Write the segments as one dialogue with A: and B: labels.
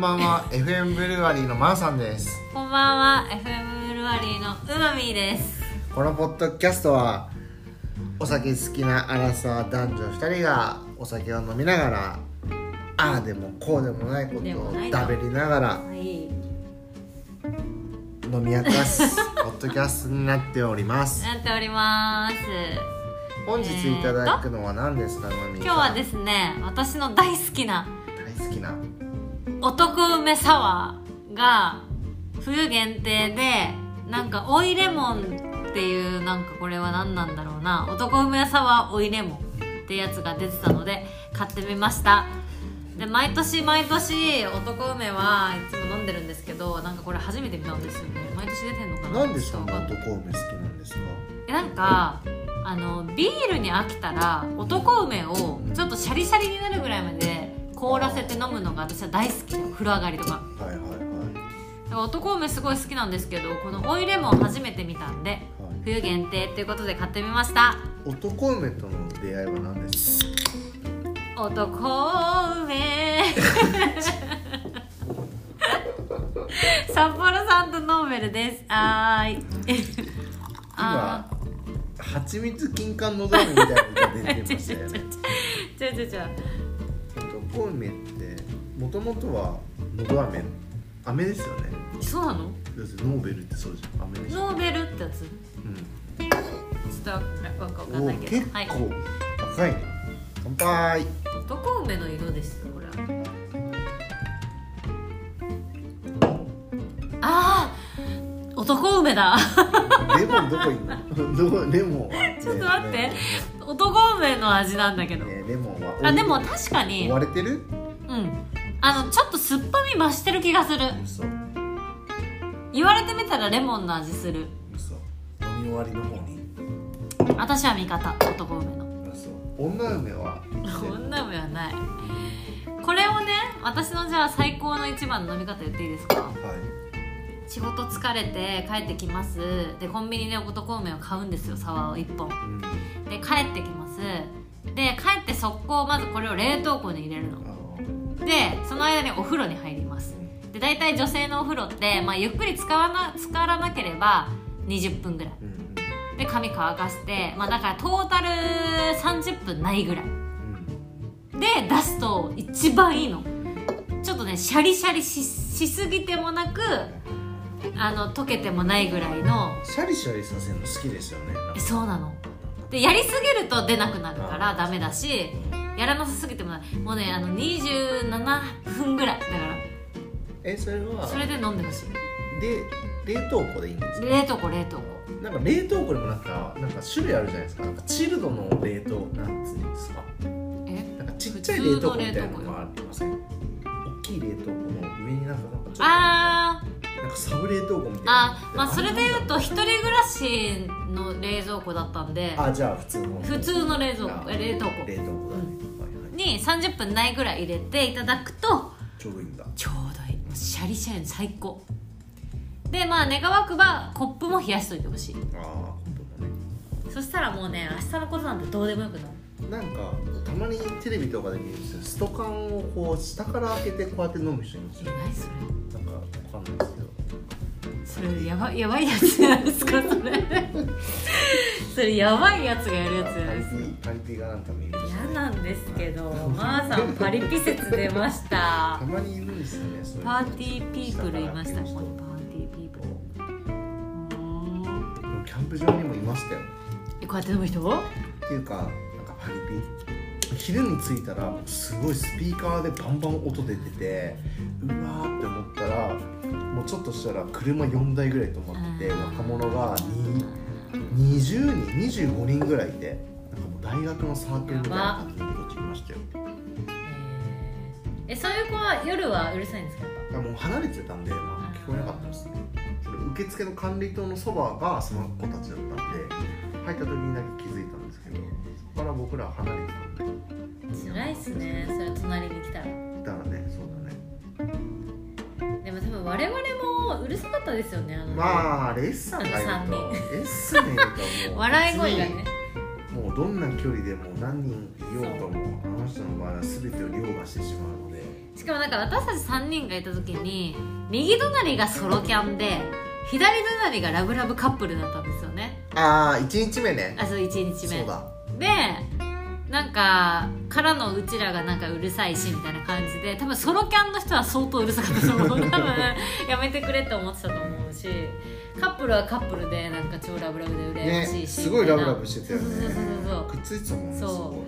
A: ばんは FM ブルワリーのマーさんです
B: こんばんは FM ブルワリーのうまみーです
A: このポッドキャストはお酒好きなアラサー男女2人がお酒を飲みながらああでもこうでもないこと
B: でも
A: を
B: ないな
A: 食べりながら
B: はい
A: 飲み明か すポッドキャストになっております
B: なっております
A: 本日いただくのは何ですかのみ
B: 今日はですすね私の大好きな
A: 大好きな
B: 男梅サワーが冬限定でなんか追いレモンっていうなんかこれは何なんだろうな男梅サワー追いレモンってやつが出てたので買ってみましたで毎年毎年男梅はいつも飲んでるんですけどなんかこれ初めて見たんですよね毎年出てんのかな
A: 何でそんな男梅好きなんですか
B: えなんかあのビールに飽きたら男梅をちょっとシャリシャリになるぐらいまで凍らせて飲むのが私は大好き風呂上がりとか
A: はいはいはい
B: だから男梅すごい好きなんですけどこのオイレモン初めて見たんで
A: はい
B: 冬限定っていうことで買ってみました
A: 男梅との出会いは何ですか
B: 男 梅札幌さんとノーベルですはーい
A: 今
B: あ
A: 蜂蜜金柑のぞみみたいなのが出てましたよね
B: ーちょちょちょ
A: 男梅ってもともとはのど飴飴ですよね
B: そうなの
A: 要するにノーベルってそうじゃん飴でしょ、
B: ノーベルってやつちょっとわわかわ
A: う
B: かん
A: ん、お
B: な
A: お
B: いけ
A: 結
B: どはい
A: 構赤いね乾杯
B: 男梅の色ですよこれはあー男梅だ
A: レモンどこいんのどこレモンは
B: ちょっと待って
A: ね
B: 男梅の味なんだけど
A: ねレモンは
B: あでも確かに
A: 割れてる
B: うんあのちょっと酸っぱみ増してる気がする
A: 嘘
B: 言われてみたらレモンの味する
A: 嘘飲み終わりの方に
B: 私は味方男梅の
A: 嘘女梅は
B: 女梅はないこれをね私のじゃあ最高の一番の飲み方言っていいですか
A: はい
B: 仕事疲れて帰ってきますでコンビニで男梅を買うんですよサワーを1本
A: うん
B: で帰ってきますで帰って速攻まずこれを冷凍庫に入れるの
A: あの
B: でその間にお風呂に入ります
A: う
B: で大体女性のお風呂って、まあ、ゆっくり使わな使わなければ20分ぐらい
A: んうん
B: で髪乾かして、まあ、だからトータル30分ないぐらい
A: うん
B: で出すと一番いいのちょっとねシャリシャリししすぎてもなくあの溶けてもないぐらいの
A: シャリシャリさせるの好きですよね
B: えそうなのでやりすぎると出なくなるからダメだしやらなさすぎてもないもうねあの27分ぐらいだから
A: えそれは
B: それで飲んでほしい
A: で冷凍庫でいいんですか
B: 冷凍庫冷凍庫
A: なんか冷凍庫でもなんかなんか種類あるじゃないですかなんかチルドの冷凍なんつうんですか
B: え
A: なんかちっちゃい冷凍庫みたいなのがありません大きい冷凍庫の上になんかなんかちょっと
B: あー
A: なんかサブ冷凍庫みたいな
B: あまあそれで言うと一人暮らしの冷蔵庫だったんで
A: あじゃあ普通の
B: 普通の冷蔵庫え冷凍庫
A: 冷凍庫だね、はいはい
B: に30分ないぐらい入れていただくと
A: ちょうどいいんだ
B: ちょうどいいもうシャリシャリの最高でまあ願わくばコップも冷やしといてほしい
A: ああ本当だね
B: そしたらもうね明日のことなんてどうでもよくなる
A: なんかたまにテレビとかで見るんですよストカンをこう下から開けてこうやって飲む人いるんです
B: え
A: よ
B: 何そ
A: なんかわかんないですけど
B: れそれやばやばいやつじゃないですかそれ それやばいやつがやるやつじゃないですか
A: パリピがなんか見る人
B: 嫌なんですけどまーさんパリピ説出ましたた
A: まにいるんですよねそういう
B: パーティーピープルいましたここにパーティーピープル
A: こ
B: うーん
A: うキャンプ場にもいましたよ
B: えこうやって飲む人
A: っていうかなんかパリピ昼に着いたらすごいスピーカーでバンバン音出ててうわーって思ったらもうちょっとしたら車4台ぐらい止まってて
B: うん
A: 若者がに20人25人ぐらいいてなんかもう大学のサークルみたいな感じの子たちいましたよ
B: えそういう子は夜はうるさいんですか
A: だからもう離れてたんで、まあ、聞こえなかったですねその受付の管理棟のそばがその子たちだったんで入った時にだけ気づいたんですけどそこから僕らは離れてたん
B: 辛いっすねそれ隣に来たら
A: でだからねそうだね
B: でも多分我々もうるさかったですよねあの
A: まあレッサンがいる
B: あの
A: とレッサンがいるともう
B: 笑い声がね
A: 別にもうどんな距離でも何人いようともあの人の場合は全てを凌駕してしまうので
B: しかもなんか私たち3人がいた時に右隣がソロキャンで左隣がラブラブカップルだったんですよね
A: ああ1日目ね
B: あそう1日目
A: そうだ
B: でなんかからのうちらがなんかうるさいしみたいな感じで多分ソロキャンの人は相当うるさかっ たと思う多分やめてくれって思ってたと思うしカップルはカップルでなんか超ラブラブで羨ましい
A: ね
B: し、
A: すごいラブラブしてたよね
B: そうそうそうそう
A: くっついてたもんねす
B: そう
A: ごい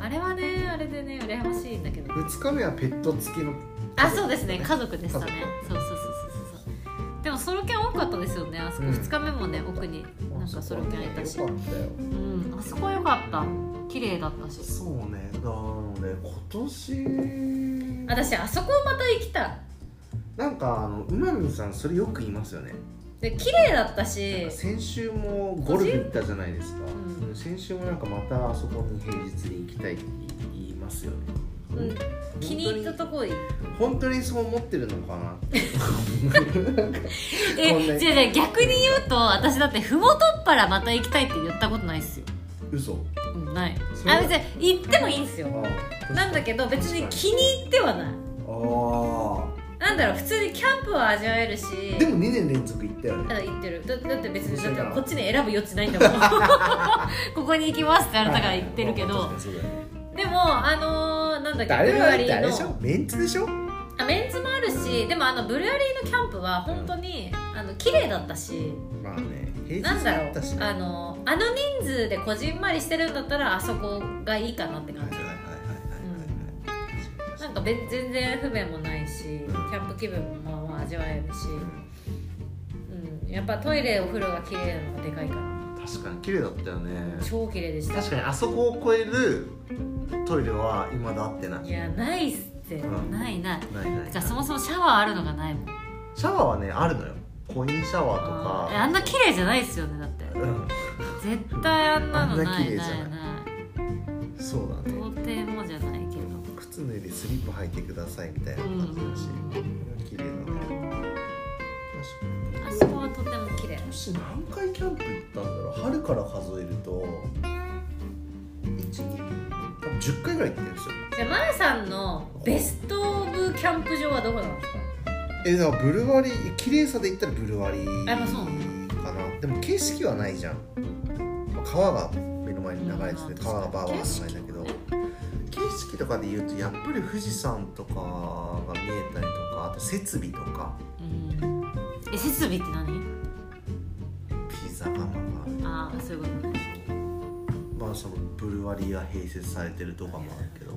B: あれはねあれでね羨ましいんだけど
A: 2日目はペット付きの
B: あそうですね家族でしたね
A: 家
B: そうそうそうそうそうそうでもソロキャン多かったですよねあそこ
A: うん
B: 2日目もね奥になんかソロキャンいたし
A: よかったよ
B: うんあそこは良かった綺麗だったし
A: そうねなので今年
B: 私あそこまた行きたい
A: なんかあの馬見さんそれよく言いますよね
B: で綺麗だったし
A: 先週もゴルフ行ったじゃないですか、
B: うん
A: 先週もなんかまたあそこに平日に行きたいって言いますよね、
B: うん
A: 本当
B: 気に入ったとこいい
A: 本当にそう思ってるのかなって
B: え
A: こんなに
B: 違う違う逆に言うと私だってふもとっぱらまた行きたいって言ったことないっすよ、
A: 嘘
B: うん、ない
A: そう
B: あ別に行ってもいいんすよ
A: あ
B: なんだけど別に気に入ってはない
A: あ
B: なんだろう普通にキャンプは味わえるし
A: ーでも2年連続行ったよね
B: ただ言ってるだだって別に
A: そうだ
B: だっ
A: な
B: てこっちに選ぶ余地ないんだ もんここに行きますってあれだから言ってるけど、
A: はいはいはいそうだよね
B: でもあのー、なんだっけ
A: あれ
B: ブル
A: は
B: ワ
A: あ
B: リ
A: れ
B: ー
A: で
B: の
A: しょメンツでしょ
B: あメンツもあるしでもあのブルワリーのキャンプは本当にあの綺麗だったし
A: まあね平
B: なん
A: 日
B: だ
A: だ
B: ろう
A: ったしね
B: あのあの人数でこじんまりしてるんだったらあそこがいいかなって
A: はい
B: 感
A: はい
B: じ
A: はいはいはいはい
B: なんか別全然不便もないしキ
A: ん
B: ャンプ気分もまあまあ味わえるし、うん、やっぱトイレお風呂が綺麗なのがでかいから
A: 確かに綺麗だったよね
B: 超綺麗でした
A: 確かにあそこを超えるトイレは今だってない
B: いやないっすって、
A: うん
B: ないない
A: ないない
B: てかそもそもシャワーあるのがないもん
A: シャワーはねあるのよコインシャワーと
B: あーえ
A: か
B: あんな綺麗じゃないっすよねだって
A: うん
B: 絶対あんなの
A: あんな
B: な
A: 綺麗
B: い
A: じ
B: な
A: ゃない
B: いない
A: そうだ
B: 到
A: ね
B: 底もじゃないけど
A: 靴脱いでスリッパ履いてくださいみたいな感じだし綺麗だね確かに
B: あそこはとても綺麗
A: 今年何回キャンプ行ったんだろう春から数えると1210回ぐらい行ってるんですよ
B: じゃあマヤさんのベスト・オブ・キャンプ場はどこなんですか
A: えだからブルワリー綺麗さで言ったらブルワリー
B: やっぱそう
A: かなでも景色はないじゃんまあ川が目の前に流れて
B: うん
A: て川がバーバー流れてんだけど景
B: 景
A: 色とかで言うとやっぱり富士山とかが見えたりとかあと設備とか
B: うんえ設備って何
A: ピザ窯が
B: ああそういうことね
A: まあそのブルワリーが併設されてるとかもあるけど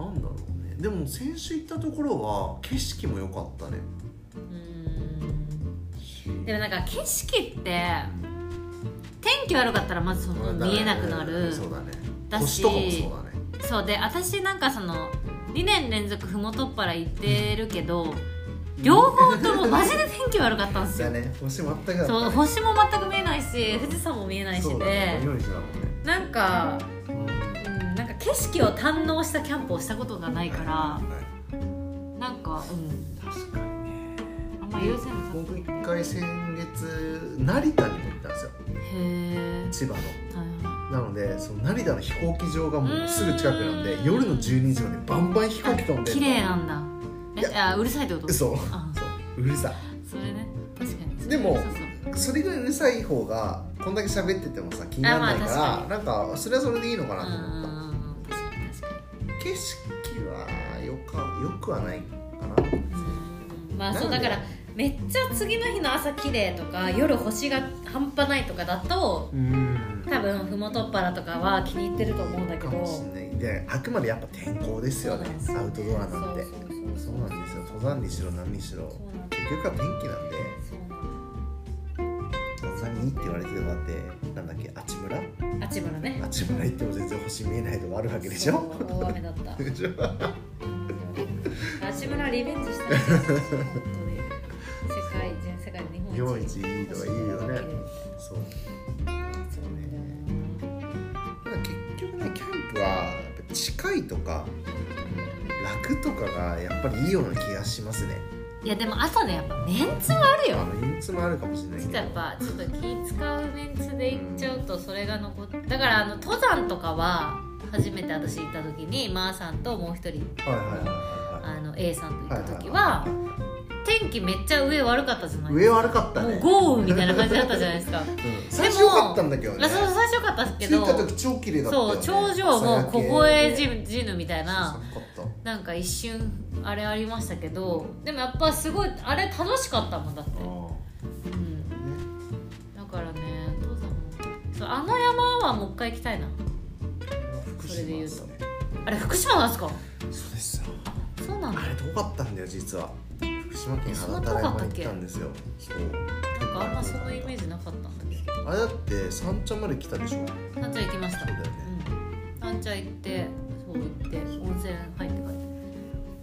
A: なんだろうねでも先週行ったところは景色も良かったね
B: うんでもなんか景色って天気悪かったらまずその見えなくなる
A: そうだね
B: だし
A: 星とかもそうだね
B: そうで私なんかその2年連続ふもとっぱら行ってるけど両方ともマジで天気悪かったんです
A: だ
B: よ
A: ね星全くだったね
B: そう星も全く見えないし富士山も見えないし
A: そうだ
B: で
A: ね匂いしなかったね
B: なんか
A: うん
B: うんなんか景色を堪能したキャンプをしたことがないからなんかうん
A: 確かにね
B: あんま優先度
A: 僕一回先月成田にも行ったんですよ
B: へえ
A: 千葉のなのでその成田の飛行機場がもうすぐ近くなんで
B: うん
A: 夜の12時までバンバン飛行機飛んで
B: 綺麗なんだ
A: い
B: えあうるさいってこと
A: 嘘そう
B: あ
A: うるさい
B: それね確かに
A: でも
B: そうそう
A: それぐらいうるさい方がこんだけ喋っててもさ気にならないから、
B: あまあ
A: なんかそれはそれでいいのかな
B: う
A: と思った、
B: ん確かに確か
A: 景色はよかよくはないかな
B: にうんまあそう
A: な
B: だ
A: んで
B: からめっちゃ次の日の朝綺麗とか夜星が半端ないとかだと
A: うん
B: 多分ふもとっぱらとかは気に入ってると思うんだけ
A: か
B: ど
A: もしんないであくまでやっぱ天候ですよね
B: そうなんですよ
A: アウトドアなんて
B: そうそう
A: そ
B: そうう
A: なんですよ登山にしろ何にしろ
B: そうなんです
A: 結局は天気なんで
B: そうなんです
A: 登山にいいって言われてるのだってなんだっけあちむら
B: あちむらね。
A: あちむら行っても全然星見えないとこあるわけでしょ
B: そう大雨だっ た。
A: でしょ
B: あちむらリベンジしたいです。本当に。世界全世界日本一。
A: 日本一いいのはいいよねそう
B: そうなんだよ
A: ただ結局ねキャンプはやっぱ近いとか楽とかがやっぱりいいような気がしますね
B: な。いやでもあとねやっぱメンツはある
A: あ
B: よ。
A: の憂鬱もあるかもしれない
B: ちょっ
A: け
B: と
A: ど
B: やっぱちょっと気使うメンツで行っちゃうとそれが残っだからあの登山とかは初めて私行った時にまーさんともう一人
A: はいはいはいはいはい
B: あの A さんと行
A: はい
B: っ
A: はい
B: た
A: はい
B: 時は天気めっちゃ上悪かったじゃないで
A: 上
B: すか
A: 悪かった
B: も
A: ね
B: う豪雨みたいな感じだったじゃないで すか
A: うん最初良かったんだけどね
B: まあそう最初よかったです
A: 着
B: け
A: い
B: ど
A: た時超綺麗だったよ
B: そう
A: ね
B: 頂上もう凍えじぬみたいな
A: 寒かっ
B: なんか一瞬あれありましたけどでもやっぱすごいあれ楽しかったもんだって
A: たあ
B: うん
A: ーね
B: だからね父さんもそうあの山はもう一回行きたいな
A: 福
B: それ
A: 島
B: で言
A: で
B: うと
A: すね
B: あれ福島なんですか
A: そうですよ
B: そうなんだ
A: あれ遠かったんだよ実は福島県肌たら山に行ったんですよそう
B: なんかあんまそのイメージなかったんだけど
A: あれだって三茶まで来たでしょ
B: 三茶行きました
A: そうだよね
B: うん、三茶行ってそう行って温泉入って帰って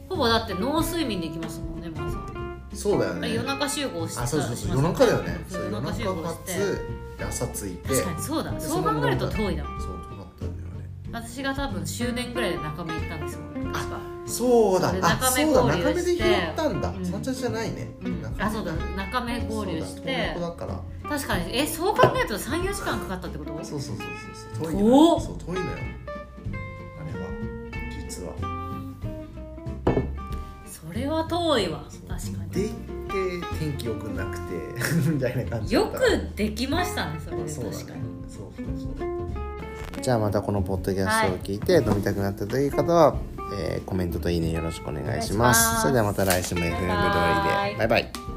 B: ほぼだって農水民で行きましたもんね皆さん
A: そうだよ
B: あ
A: ね
B: 夜中集合して
A: あそうそうそう
B: し
A: 夜
B: ま
A: 中
B: した
A: だよね
B: そ
A: そうう
B: 夜
A: 夜
B: 中
A: 中
B: 集合
A: か
B: して
A: つ朝着いて
B: 確かにそうだそう考えると遠いだ
A: そう遠かったんだよあ
B: 私が多分終電ぐらいで中目行ったんですよ確か
A: れそうだ
B: それ
A: あ
B: 中目
A: そうだ
B: 合
A: 中
B: 流
A: 目
B: し
A: で
B: て
A: 拾ったんだ
B: うん
A: 三茶じゃないね
B: うん
A: 中目
B: あそうだ中目合流し
A: そうだ
B: て
A: 東北だから
B: 確かにえそう考えると34時間かかったってこと
A: そうそうそうそうそう遠い
B: 遠っ
A: のそう遠いのよあれは実は
B: それは遠いわ確か
A: で
B: に
A: 行って天気良くなくて みたいな感じだ
B: よ
A: った
B: くできましたねそれで
A: そうだね
B: 確かに
A: そうそうそうじゃあまたこのポッドキャストを聞いて飲みたくなったという方は、えーコメントといいねよろしくお願いします
B: お願いします
A: それではまた来週も FM 通りで
B: バイバイ
A: バイバイ